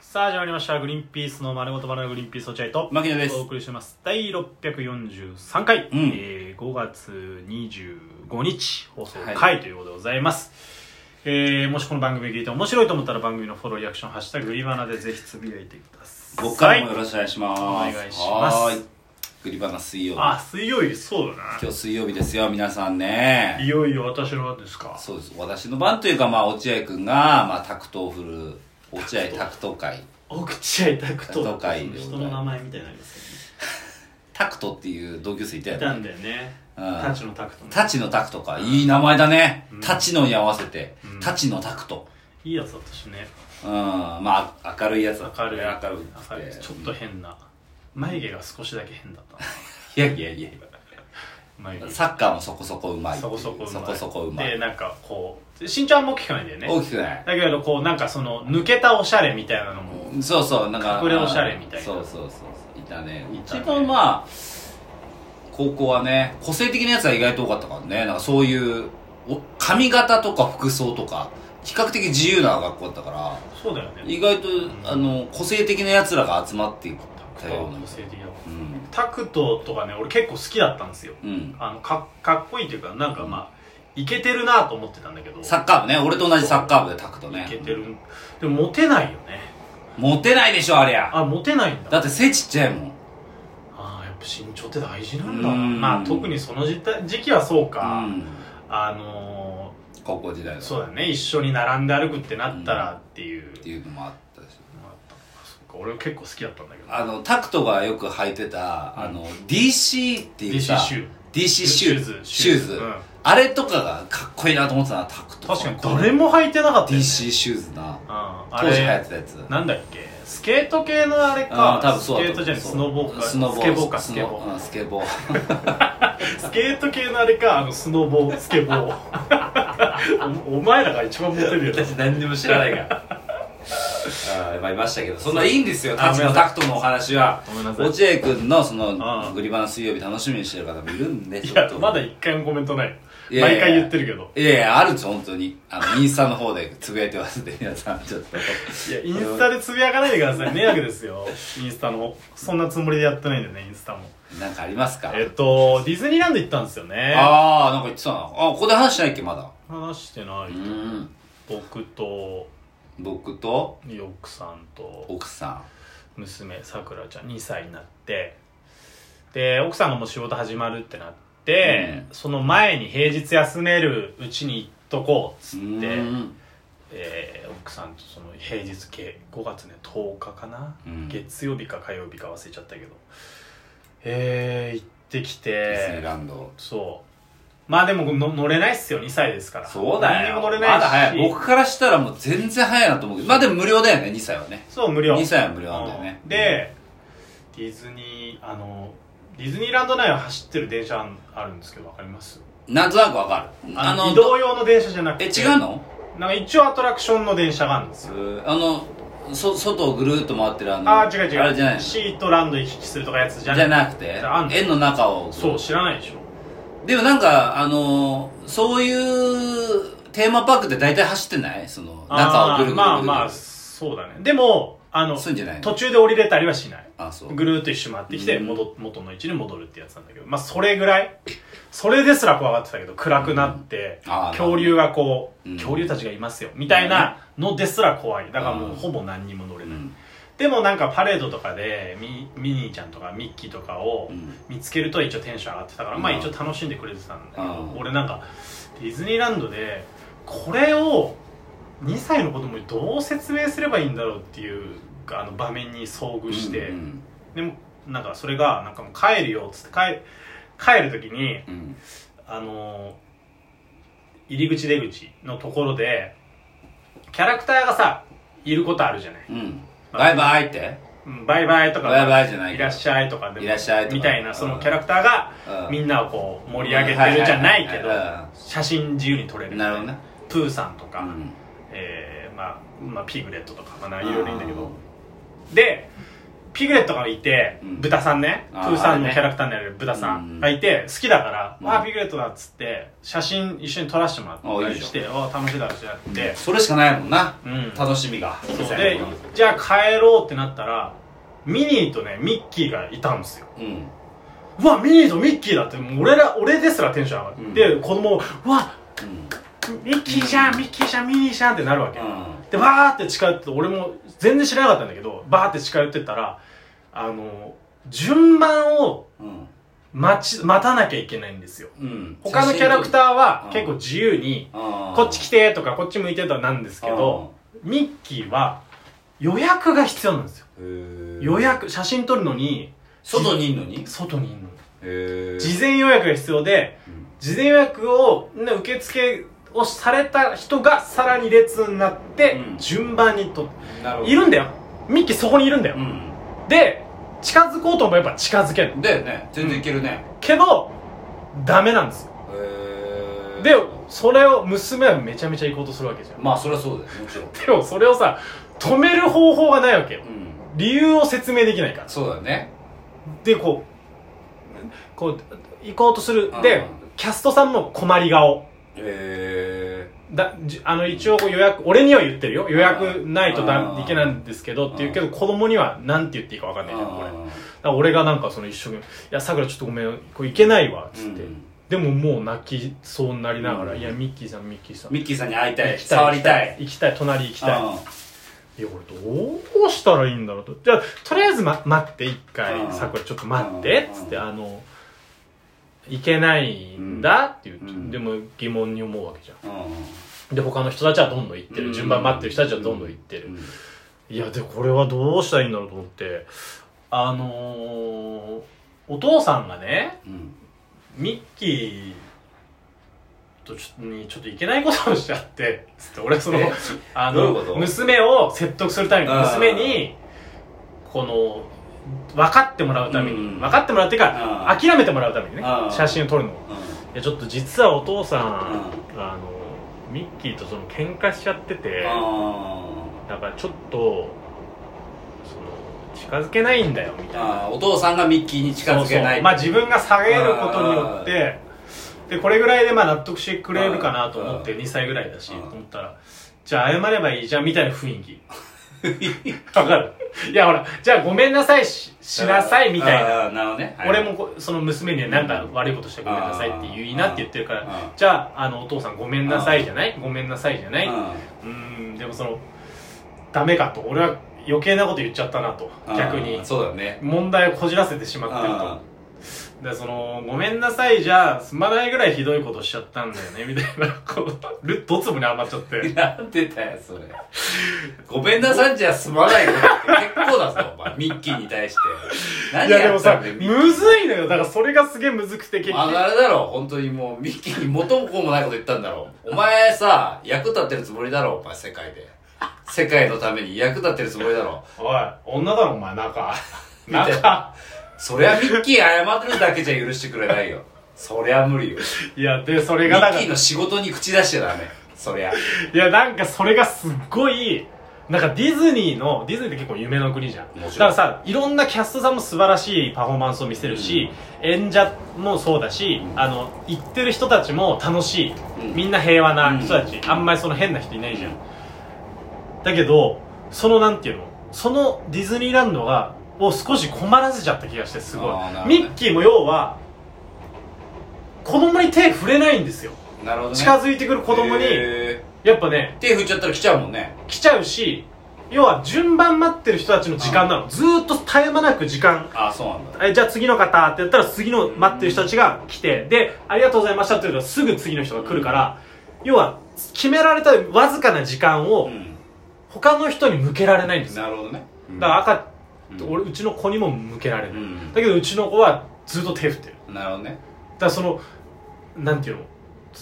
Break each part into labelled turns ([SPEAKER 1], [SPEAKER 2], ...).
[SPEAKER 1] さあ始まりました「グリーンピースの丸ごとバナナグリーンピース落合」と
[SPEAKER 2] 牧野です
[SPEAKER 1] お送りしてます第643回、
[SPEAKER 2] うん
[SPEAKER 1] えー5月25日放送
[SPEAKER 2] は
[SPEAKER 1] 回ということでございます、えーもしこの番組聞いて面白いと思ったら番組のフォローリアクション「ハッシュタググリバナ」でぜひつぶやいてください
[SPEAKER 2] 5回もよろしくお願いします。
[SPEAKER 1] お願いします
[SPEAKER 2] はーい。グリバナ水曜日。
[SPEAKER 1] あ水曜日そうだ
[SPEAKER 2] 今日水曜日ですよ、皆さんね
[SPEAKER 1] な。いよいよ私の番ですか
[SPEAKER 2] そうです。私の番というか、まあ、落合くんが、まあ、タクトを振る、落合タクト会。
[SPEAKER 1] 奥地合拓
[SPEAKER 2] 拓
[SPEAKER 1] 斗
[SPEAKER 2] 斗会でございます
[SPEAKER 1] 人の名前みたいになります
[SPEAKER 2] タクトっていう同級生いた
[SPEAKER 1] けど、
[SPEAKER 2] よ
[SPEAKER 1] いた
[SPEAKER 2] ね。
[SPEAKER 1] んだよね
[SPEAKER 2] うん
[SPEAKER 1] タチのタクトね
[SPEAKER 2] タチのタクトか。いい名前だね
[SPEAKER 1] うん。
[SPEAKER 2] タチのに合わせて
[SPEAKER 1] うん。
[SPEAKER 2] タチのタクト。
[SPEAKER 1] いいやつだったしね
[SPEAKER 2] うん。まあ、明るいやつだった
[SPEAKER 1] 明るい
[SPEAKER 2] ね明る
[SPEAKER 1] 明るい
[SPEAKER 2] くて。
[SPEAKER 1] ちょっと変な眉毛が少しだけ変だったない
[SPEAKER 2] やいやいや。
[SPEAKER 1] 眉毛
[SPEAKER 2] サッカーもそこそこうまいって
[SPEAKER 1] そ
[SPEAKER 2] いう。
[SPEAKER 1] こそこうまい
[SPEAKER 2] そこそこうま
[SPEAKER 1] で
[SPEAKER 2] い。
[SPEAKER 1] なんかこう身長あんま大きくないんだよ
[SPEAKER 2] 大
[SPEAKER 1] ね
[SPEAKER 2] きくない。
[SPEAKER 1] だけどこうなんかその抜けたおしゃれみたいなのも
[SPEAKER 2] そうそうなんか
[SPEAKER 1] 隠れおしゃれみたいな
[SPEAKER 2] そうそうそうそういたね
[SPEAKER 1] いたね
[SPEAKER 2] 一番まあ高校はね個性的なやつは意外と多かったからねなんかそういうお髪型とか服装とか比較的自由な学校だったから
[SPEAKER 1] そうだよね
[SPEAKER 2] 意外と、
[SPEAKER 1] ん
[SPEAKER 2] あの個性的なやつらが集まっていった
[SPEAKER 1] タク
[SPEAKER 2] よう
[SPEAKER 1] ト
[SPEAKER 2] な
[SPEAKER 1] 個性的だもん
[SPEAKER 2] うん
[SPEAKER 1] タクトとかね俺結構好きだったんですよ
[SPEAKER 2] うん
[SPEAKER 1] あのかかっこいいというかなんかまあイケてるなと思ってたんだけど
[SPEAKER 2] サッカー部ね俺と同じサッカー部でタクトね
[SPEAKER 1] イケてるでもモテないよね
[SPEAKER 2] モテないでしょありゃ
[SPEAKER 1] あモテないんだ
[SPEAKER 2] だって背ちっちゃいもん
[SPEAKER 1] あーやっぱ身長って大事なんだな
[SPEAKER 2] うん
[SPEAKER 1] まあ特にその時代時期はそうか、
[SPEAKER 2] うん
[SPEAKER 1] あの
[SPEAKER 2] 高校時代
[SPEAKER 1] ー
[SPEAKER 2] の
[SPEAKER 1] そう
[SPEAKER 2] っ
[SPEAKER 1] だね一緒に並んで歩くってなったらっていう、
[SPEAKER 2] ていうのもあったし
[SPEAKER 1] まあそっか俺結構好きだったんだけど
[SPEAKER 2] あの、タクトがよく履いてた、あの、DC っていうさ、
[SPEAKER 1] DC シュー
[SPEAKER 2] DC シューズ、シューズ。
[SPEAKER 1] うん
[SPEAKER 2] あれとかがかっこいいなと思ってたな、タクト。
[SPEAKER 1] 確かに誰も履いてなかったよね
[SPEAKER 2] DC シューズな。
[SPEAKER 1] うんあ
[SPEAKER 2] 当時流行っ
[SPEAKER 1] れ
[SPEAKER 2] てたやつ。
[SPEAKER 1] なんだっけスケート系のあれか
[SPEAKER 2] うん多分そう
[SPEAKER 1] スケート
[SPEAKER 2] だと思う
[SPEAKER 1] じゃないスノボーか
[SPEAKER 2] スノボ
[SPEAKER 1] スケボーかス
[SPEAKER 2] ス
[SPEAKER 1] ケ
[SPEAKER 2] ノ
[SPEAKER 1] ボー
[SPEAKER 2] うんスケボー。
[SPEAKER 1] スケート系のあれかあのスノボースケボーおお前らが一番モテるよね
[SPEAKER 2] 何にも知らないから。あーまあいましたけど、そんないいんですよ、タチ
[SPEAKER 1] あごめ
[SPEAKER 2] の
[SPEAKER 1] んなさ
[SPEAKER 2] タクトのお話は。
[SPEAKER 1] ごめんなさい
[SPEAKER 2] 落合くんの、そ
[SPEAKER 1] ああ
[SPEAKER 2] の、グリバナ水曜日楽しみにしてる方もいるんで、
[SPEAKER 1] い
[SPEAKER 2] ちょっ
[SPEAKER 1] や
[SPEAKER 2] と
[SPEAKER 1] まだ一回もコメントない
[SPEAKER 2] いやいや
[SPEAKER 1] 毎回言ってるけど
[SPEAKER 2] いやいや、あるんですよ、本当に。 あの、インスタの方でつぶやいてますんで、皆さん、ちょっと。
[SPEAKER 1] いやインスタでつぶやかないでください迷惑ですよインスタのそんなつもりでやってないんでねインスタも
[SPEAKER 2] なんかありますか
[SPEAKER 1] えっとディズニーランド行ったんですよね
[SPEAKER 2] ああ、なんか言ってたな。あ、ここで話しないっけ、まだ。
[SPEAKER 1] 話してない、
[SPEAKER 2] ん。
[SPEAKER 1] 僕と
[SPEAKER 2] 僕と
[SPEAKER 1] ヨクさんと
[SPEAKER 2] 奥さ
[SPEAKER 1] 娘さくらちゃん2歳になってで奥さんがもう仕事始まるってなって、その前に平日休めるうちに行っとこうっつ
[SPEAKER 2] ん。
[SPEAKER 1] って、
[SPEAKER 2] うん
[SPEAKER 1] えー奥さんとその平日系5月ね10日かな、
[SPEAKER 2] うん
[SPEAKER 1] 月曜日か火曜日か忘れちゃったけどえー、行ってき
[SPEAKER 2] ディズニー
[SPEAKER 1] て
[SPEAKER 2] ランド。
[SPEAKER 1] そうまあでもの乗れないっすよ2歳ですから
[SPEAKER 2] そうだ
[SPEAKER 1] 何に
[SPEAKER 2] よ。
[SPEAKER 1] も乗れ
[SPEAKER 2] まだ
[SPEAKER 1] な
[SPEAKER 2] 早
[SPEAKER 1] い
[SPEAKER 2] い。
[SPEAKER 1] し
[SPEAKER 2] 僕からしたらもう全然早いなと思うけど。まあでも無料だよね、2歳はね。
[SPEAKER 1] そう無料
[SPEAKER 2] 2歳は無料なんだよね
[SPEAKER 1] う。んでディズニーあのディズニーランド内を走ってる電車あるんですけどわかります
[SPEAKER 2] うん、なんとなくわかる。
[SPEAKER 1] あの移動用の電車じゃなくて
[SPEAKER 2] え、違うの
[SPEAKER 1] なんか一応アトラクションの電車があるんですよ
[SPEAKER 2] あの、そ、外をぐるーっと回ってるあの、
[SPEAKER 1] あー違う違う
[SPEAKER 2] あれじゃないのじ
[SPEAKER 1] シートランド行き来するとかやつじゃ
[SPEAKER 2] ゃ
[SPEAKER 1] ない
[SPEAKER 2] なくて
[SPEAKER 1] あん、の
[SPEAKER 2] 円の中を。
[SPEAKER 1] そう知らないでしょ
[SPEAKER 2] でもなんか、あのーそういうテーマパークって大体走ってないその、中をぐる
[SPEAKER 1] あー
[SPEAKER 2] ぐるぐるぐる。
[SPEAKER 1] まあまあそうだねでもあの
[SPEAKER 2] そういうんじゃないの
[SPEAKER 1] 途中で降りれたりはしない
[SPEAKER 2] あ、そう。
[SPEAKER 1] ぐるーっと一周回ってきて
[SPEAKER 2] うん
[SPEAKER 1] 戻っ元の位置に戻るってやつなんだけどまあそれぐらいそれですら怖がってたけど暗くなって
[SPEAKER 2] うんあー
[SPEAKER 1] 恐竜がこ
[SPEAKER 2] う
[SPEAKER 1] うん恐竜たちがいますよみたいなのですら怖いだからもう
[SPEAKER 2] うん
[SPEAKER 1] ほぼ何にも乗れ
[SPEAKER 2] う
[SPEAKER 1] ない
[SPEAKER 2] ん。
[SPEAKER 1] でもなんかパレードとかでミミニーちゃんとかミッキーとかを
[SPEAKER 2] うん
[SPEAKER 1] 見つけると一応テンション上がってたから、まあ
[SPEAKER 2] うん
[SPEAKER 1] 一応楽しんでくれてたんだけど、
[SPEAKER 2] うん
[SPEAKER 1] 俺なんかディズニーランドでこれを2歳の子供にどう説明すればいいんだろうっていうあの場面に遭遇して、
[SPEAKER 2] うん
[SPEAKER 1] でもなんかそれがなんかもう帰るよっつって帰帰る時に
[SPEAKER 2] うんうん
[SPEAKER 1] あのー入り口出口のところでキャラクターがさいることあるじゃない、
[SPEAKER 2] うんバイバイって
[SPEAKER 1] うんバイバイとか
[SPEAKER 2] バイバイじゃないい
[SPEAKER 1] らっしゃいとかでも
[SPEAKER 2] いらっしゃいとか
[SPEAKER 1] みたいなそのキャラクターが
[SPEAKER 2] うん
[SPEAKER 1] みんなをこう盛り上げてるじゃないけど
[SPEAKER 2] はいはいはいはい
[SPEAKER 1] 写真自由に撮れるみたい
[SPEAKER 2] なるほどね
[SPEAKER 1] プーさんとか、
[SPEAKER 2] うん
[SPEAKER 1] えーまあ、まあピグレットとかまあいろいろいいんだけ
[SPEAKER 2] う
[SPEAKER 1] どでピグレットがいて、
[SPEAKER 2] うん
[SPEAKER 1] 豚さんねプ
[SPEAKER 2] あー
[SPEAKER 1] ーさん
[SPEAKER 2] あれ
[SPEAKER 1] の
[SPEAKER 2] ね
[SPEAKER 1] キャラクターになる豚さ
[SPEAKER 2] うん
[SPEAKER 1] んがいて好きだから「
[SPEAKER 2] うん
[SPEAKER 1] あーピグレットだ」っつって写真一緒に撮らせてもらった
[SPEAKER 2] あい
[SPEAKER 1] り
[SPEAKER 2] いじゃん
[SPEAKER 1] して「あー楽しいだろ」ってやって、
[SPEAKER 2] それしかないもんな、
[SPEAKER 1] うん
[SPEAKER 2] 楽しみが
[SPEAKER 1] そうでじゃあ帰ろうってなったらミニーとねミッキーがいたんですよ
[SPEAKER 2] うん
[SPEAKER 1] うわミニーとミッキーだってもう俺ら俺ですらテンション上がって、
[SPEAKER 2] うん
[SPEAKER 1] で子供もうわ
[SPEAKER 2] うん
[SPEAKER 1] ミッキーじゃんミッキーじゃんミニーじゃんってなるわけ、
[SPEAKER 2] うん
[SPEAKER 1] でバーって近寄って俺も全然知らなかったんだけどバーって近寄ってったらあの順番を
[SPEAKER 2] うん
[SPEAKER 1] 待ち待たなきゃいけないんですよ
[SPEAKER 2] うん
[SPEAKER 1] 他のキャラクタ
[SPEAKER 2] ー
[SPEAKER 1] ーは
[SPEAKER 2] うん
[SPEAKER 1] 結構自由に、
[SPEAKER 2] こ
[SPEAKER 1] こっち来てとかこっち向いてとかなんですけど、ミッキーは予約が必要なんですよ
[SPEAKER 2] うん
[SPEAKER 1] 予約写真撮るのに
[SPEAKER 2] 外にいんのに
[SPEAKER 1] 外にいるの
[SPEAKER 2] へ
[SPEAKER 1] 事前予約が必要で事前予約を、ね、受付をされた人がさらに列になって、
[SPEAKER 2] うん
[SPEAKER 1] 順番にと
[SPEAKER 2] なる
[SPEAKER 1] いるんだよミッキーそこにいるんだよ、
[SPEAKER 2] う
[SPEAKER 1] で近づこうと思えば近づける
[SPEAKER 2] んだよね全然いけるね
[SPEAKER 1] けどダメなんですよ
[SPEAKER 2] へ
[SPEAKER 1] でそれを娘はめちゃめちゃ行こうとするわけじゃん
[SPEAKER 2] まあそりゃそうだよもちろん
[SPEAKER 1] でもそれをさ止める方法がないわけよ
[SPEAKER 2] うん
[SPEAKER 1] 理由を説明できないから
[SPEAKER 2] そうだよね
[SPEAKER 1] でこうこう行こうとするで
[SPEAKER 2] うん
[SPEAKER 1] キャストさんも困り顔
[SPEAKER 2] へ
[SPEAKER 1] だじあの一応こう予約俺には言ってるよ予約ないと
[SPEAKER 2] う
[SPEAKER 1] だ
[SPEAKER 2] ん
[SPEAKER 1] いけないんですけどって言うけど子供には何て言っていいか分かんないじゃんこれだか
[SPEAKER 2] ー
[SPEAKER 1] ら俺がなんかその一生懸命「いやさくらちょっとごめんこれ行けないわ」っつって、
[SPEAKER 2] うん
[SPEAKER 1] でももう泣きそうになりながら「
[SPEAKER 2] うん
[SPEAKER 1] いやミッキーさんミッキーさん」
[SPEAKER 2] ミッキーさんに会いたい
[SPEAKER 1] 行き
[SPEAKER 2] 触りたい
[SPEAKER 1] 行きたい隣行きたい
[SPEAKER 2] うん
[SPEAKER 1] いや俺どうしたらいいんだろうとじゃあとりあえず、ま、待って一
[SPEAKER 2] う
[SPEAKER 1] 回
[SPEAKER 2] ん
[SPEAKER 1] さくらちょっと待って
[SPEAKER 2] うん
[SPEAKER 1] つってあの行けないんだって言って、
[SPEAKER 2] うん
[SPEAKER 1] でも疑問に思うわけじゃ
[SPEAKER 2] うん
[SPEAKER 1] んで他の人たちはどんどん行って
[SPEAKER 2] うん
[SPEAKER 1] る順番待ってる人たちはどんどん行ってる、
[SPEAKER 2] うん
[SPEAKER 1] いやでこれはどうしたらいいんだろうと思ってあのー、お父さんがね
[SPEAKER 2] うん
[SPEAKER 1] ミッキーとちょっとにちょっといけないことをしちゃってつって俺その
[SPEAKER 2] え
[SPEAKER 1] あ
[SPEAKER 2] どういう
[SPEAKER 1] の
[SPEAKER 2] こと
[SPEAKER 1] 娘を説得するために
[SPEAKER 2] あー
[SPEAKER 1] 娘にこの分かってもらうために、
[SPEAKER 2] うん
[SPEAKER 1] 分かってもらうっていう
[SPEAKER 2] あ
[SPEAKER 1] か
[SPEAKER 2] ー
[SPEAKER 1] 諦めてもらうためにね
[SPEAKER 2] あー
[SPEAKER 1] 写真を撮るのを
[SPEAKER 2] う
[SPEAKER 1] いやちょっと実はお父さんあのミッキーとその喧嘩しちゃってて
[SPEAKER 2] んあー
[SPEAKER 1] だからちょっとその近づけないんだよみたいな
[SPEAKER 2] あーお父さんがミッキーに近づけない
[SPEAKER 1] そうそうまあ自分が下げることによってでこれぐらいでまあ納得してくれるかなと思って
[SPEAKER 2] うん
[SPEAKER 1] 2歳ぐらいだしと
[SPEAKER 2] うん
[SPEAKER 1] 思ったらじゃあ謝ればいいじゃんみたいな雰囲気 わかるいやほらじゃあごめんなさいししなさいみたいな
[SPEAKER 2] あーなるほどねはい
[SPEAKER 1] 俺もこその娘にはなんか悪いことしてごめんなさいって言いなって言ってるから
[SPEAKER 2] う
[SPEAKER 1] じゃああのお父さんごめんなさいじゃないごめんなさいじゃない
[SPEAKER 2] んうん
[SPEAKER 1] うーんでもそのダメかと俺は余計なこと言っちゃったなと逆に
[SPEAKER 2] うんそうだね
[SPEAKER 1] 問題をこじらせてしまってるとでそのごめんなさいじゃすまないぐらいひどいことしちゃったんだよねみたいなこうルッドツボに余っちゃっ
[SPEAKER 2] うん
[SPEAKER 1] て
[SPEAKER 2] なんでだよそれごめんなさいじゃ済まないことって結構だぞお前ミッキーに対して何
[SPEAKER 1] いやで
[SPEAKER 2] や
[SPEAKER 1] も
[SPEAKER 2] った
[SPEAKER 1] さ
[SPEAKER 2] んだよミッキー
[SPEAKER 1] むずいのよだからそれがすげえむずくて結
[SPEAKER 2] あ
[SPEAKER 1] 局
[SPEAKER 2] あれだろ本当にもうミッキーに元も子もないこと言ったんだろお前さ役立ってるつもりだろお前世界で世界のために役立ってるつもりだろ
[SPEAKER 1] おい女だろお前中
[SPEAKER 2] みたい
[SPEAKER 1] 中
[SPEAKER 2] そりゃミッキー謝るだけじゃ許してくれないよそりゃ無理よ
[SPEAKER 1] いやでそれ
[SPEAKER 2] ミ
[SPEAKER 1] がだ
[SPEAKER 2] ッ
[SPEAKER 1] から
[SPEAKER 2] キー
[SPEAKER 1] い
[SPEAKER 2] の仕事に口出しちゃダメそりゃ
[SPEAKER 1] やなんかそれがすっごいなんかディズニーのディズニーって結構夢の国じゃん
[SPEAKER 2] もちろん
[SPEAKER 1] だからさいろんなキャストさんも素晴らしいパフォーマンスを見せるし、演者もそうだし、
[SPEAKER 2] うん
[SPEAKER 1] あの行ってる人たちも楽しいみんな平和な人たち、あんまりその変な人いないじゃん、だけどそのなんていうのそのディズニーランドがを少し困らせちゃった気がしてすごい、
[SPEAKER 2] あーなるほどね
[SPEAKER 1] ミッキーも要は子供に手触れないんですよ
[SPEAKER 2] なるほどね
[SPEAKER 1] 近づいてくる子供に、
[SPEAKER 2] へ
[SPEAKER 1] やっぱね
[SPEAKER 2] ー手振っちゃったら来ちゃうもんね
[SPEAKER 1] 来ちゃうし要は順番待ってる人たちの時間なのずーっと絶え間なく時間
[SPEAKER 2] あそうなんだ
[SPEAKER 1] えじゃあ次の方ってやったら次の待ってる人たちが来てでありがとうございましたって言うとすぐ次の人が来るから要は決められたわずかな時間を
[SPEAKER 2] うん
[SPEAKER 1] 他の人に向けられないんですよ
[SPEAKER 2] なるほどね
[SPEAKER 1] だから
[SPEAKER 2] か
[SPEAKER 1] 赤、
[SPEAKER 2] うん
[SPEAKER 1] 俺うちの子にも向けられ
[SPEAKER 2] う
[SPEAKER 1] ない、
[SPEAKER 2] ん
[SPEAKER 1] だけどうちの子はずっと手振ってる
[SPEAKER 2] なるほどね
[SPEAKER 1] だからそのなんていうの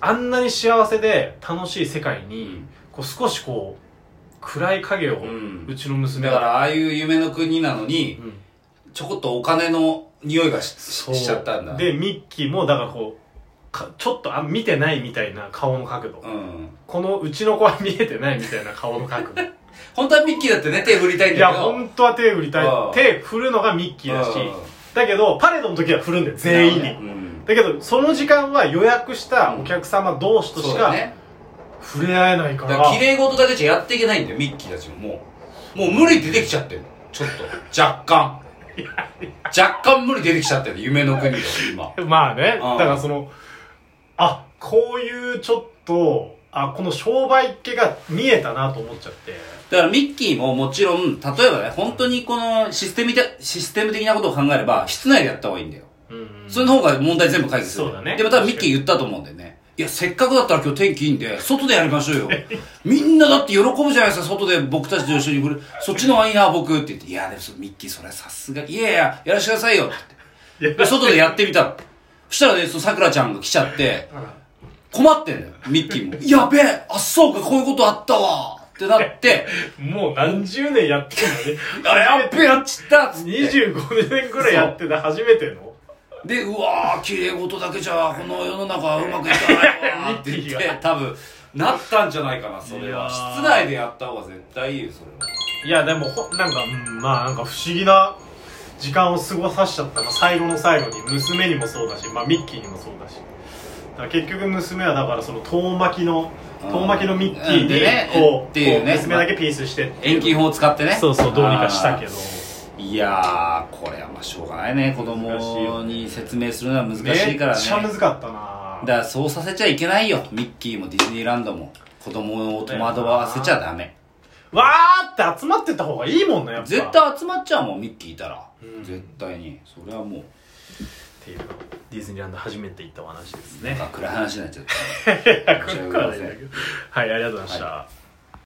[SPEAKER 1] あんなに幸せで楽しい世界に、
[SPEAKER 2] うん
[SPEAKER 1] こう少しこう暗い影を、
[SPEAKER 2] う
[SPEAKER 1] うんちの娘
[SPEAKER 2] だ
[SPEAKER 1] が
[SPEAKER 2] からああいう夢の国なのに
[SPEAKER 1] うん
[SPEAKER 2] ちょこっとお金の匂いがし
[SPEAKER 1] そう
[SPEAKER 2] しちゃったんだ
[SPEAKER 1] でミッキーもだからこうかちょっとあ見てないみたいな顔の角度、
[SPEAKER 2] うん
[SPEAKER 1] このうちの子は見えてないみたいな顔の角度
[SPEAKER 2] 本当はミッキーだってね手振りたいん
[SPEAKER 1] い
[SPEAKER 2] だ
[SPEAKER 1] や
[SPEAKER 2] けど
[SPEAKER 1] 本当は手振りたい
[SPEAKER 2] うん
[SPEAKER 1] 手振るのがミッキーだし
[SPEAKER 2] うん
[SPEAKER 1] だけどパレードの時は振るんだよ全員に、
[SPEAKER 2] うん
[SPEAKER 1] だけどその時間は予約したお客様同士と
[SPEAKER 2] そ
[SPEAKER 1] し
[SPEAKER 2] うだ
[SPEAKER 1] か
[SPEAKER 2] ね
[SPEAKER 1] 触れ合えないか
[SPEAKER 2] だ
[SPEAKER 1] ら
[SPEAKER 2] から綺麗事だけじゃやっていけないんだよミッキーたちももうもう無理出てきちゃってるちょっと若 干若干無理出てきちゃってる夢の国で今
[SPEAKER 1] まあね、
[SPEAKER 2] うん
[SPEAKER 1] だからその、あ、こういうちょっと、あ、この商売っ気が見えたなと思っちゃって。
[SPEAKER 2] だからミッキーももちろん例えばね本当にこのシステムでシステム的なことを考えれば室内でやった方がいいんだよ
[SPEAKER 1] うんうん、
[SPEAKER 2] それの方が問題全部解決する。
[SPEAKER 1] そうだね
[SPEAKER 2] でも多分ミッキー言ったと思うんだよね。いや、せっかくだったら今日天気いいんで、外でやりましょうよ。みんなだって喜ぶじゃないですか、外で僕たちと一緒に来る。そっちの方がいいな、僕って言って。いや、でもそミッキーそれはさすが、いやいや、やらしてくださいよって言って。で外でやってみたの。そしたらね、その桜ちゃんが来ちゃって、困ってんだよ、ミッキーも。やべえ、あ、そうか、こういうことあったわってなって、
[SPEAKER 1] もう何十年やってるのね。
[SPEAKER 2] あ、やっべえ、やっちったっつって。
[SPEAKER 1] 25年くらいやってて初めての
[SPEAKER 2] で、うわー、綺麗事だけじゃ、この世の中はうまくいかないわーって
[SPEAKER 1] ミッ
[SPEAKER 2] 言
[SPEAKER 1] キ
[SPEAKER 2] っ
[SPEAKER 1] ー
[SPEAKER 2] て、多分、なったんじゃないかな、それ
[SPEAKER 1] いや
[SPEAKER 2] は。
[SPEAKER 1] ー
[SPEAKER 2] 室内でやった方が絶対いいよ、それは。
[SPEAKER 1] いや、でもほ、なんか、うんまあなんか不思議な時間を過ごさせちゃったの。最後の最後に、娘にもそうだし、まあミッキーにもそうだし。だから結局娘はだからその遠巻きの、遠巻きのミッキー
[SPEAKER 2] で
[SPEAKER 1] に
[SPEAKER 2] ね、
[SPEAKER 1] こう、
[SPEAKER 2] っていうね
[SPEAKER 1] こ娘だけピースしてっていう
[SPEAKER 2] 遠近法を使ってね。
[SPEAKER 1] そうそうどうにかしたけ
[SPEAKER 2] ど。
[SPEAKER 1] ど
[SPEAKER 2] いやー、これはまあしょうがないね。子供に説明するのは難しいから
[SPEAKER 1] めっちゃ
[SPEAKER 2] ね。
[SPEAKER 1] 難かったな
[SPEAKER 2] だからそうさせちゃいけないよ。ミッキーもディズニーランドも。子供を戸惑わせちゃダメ。
[SPEAKER 1] わーって集まってた方がいいもんねやっぱ
[SPEAKER 2] 絶対集まっちゃうもん、ミッキーいたら。
[SPEAKER 1] うん
[SPEAKER 2] 絶対に。それはもう。
[SPEAKER 1] っていうのがディズニーランド初めて行ったお話ですね
[SPEAKER 2] なんか暗い話になっちゃった。
[SPEAKER 1] 暗くはないんだけどはいありがとうございました、
[SPEAKER 2] は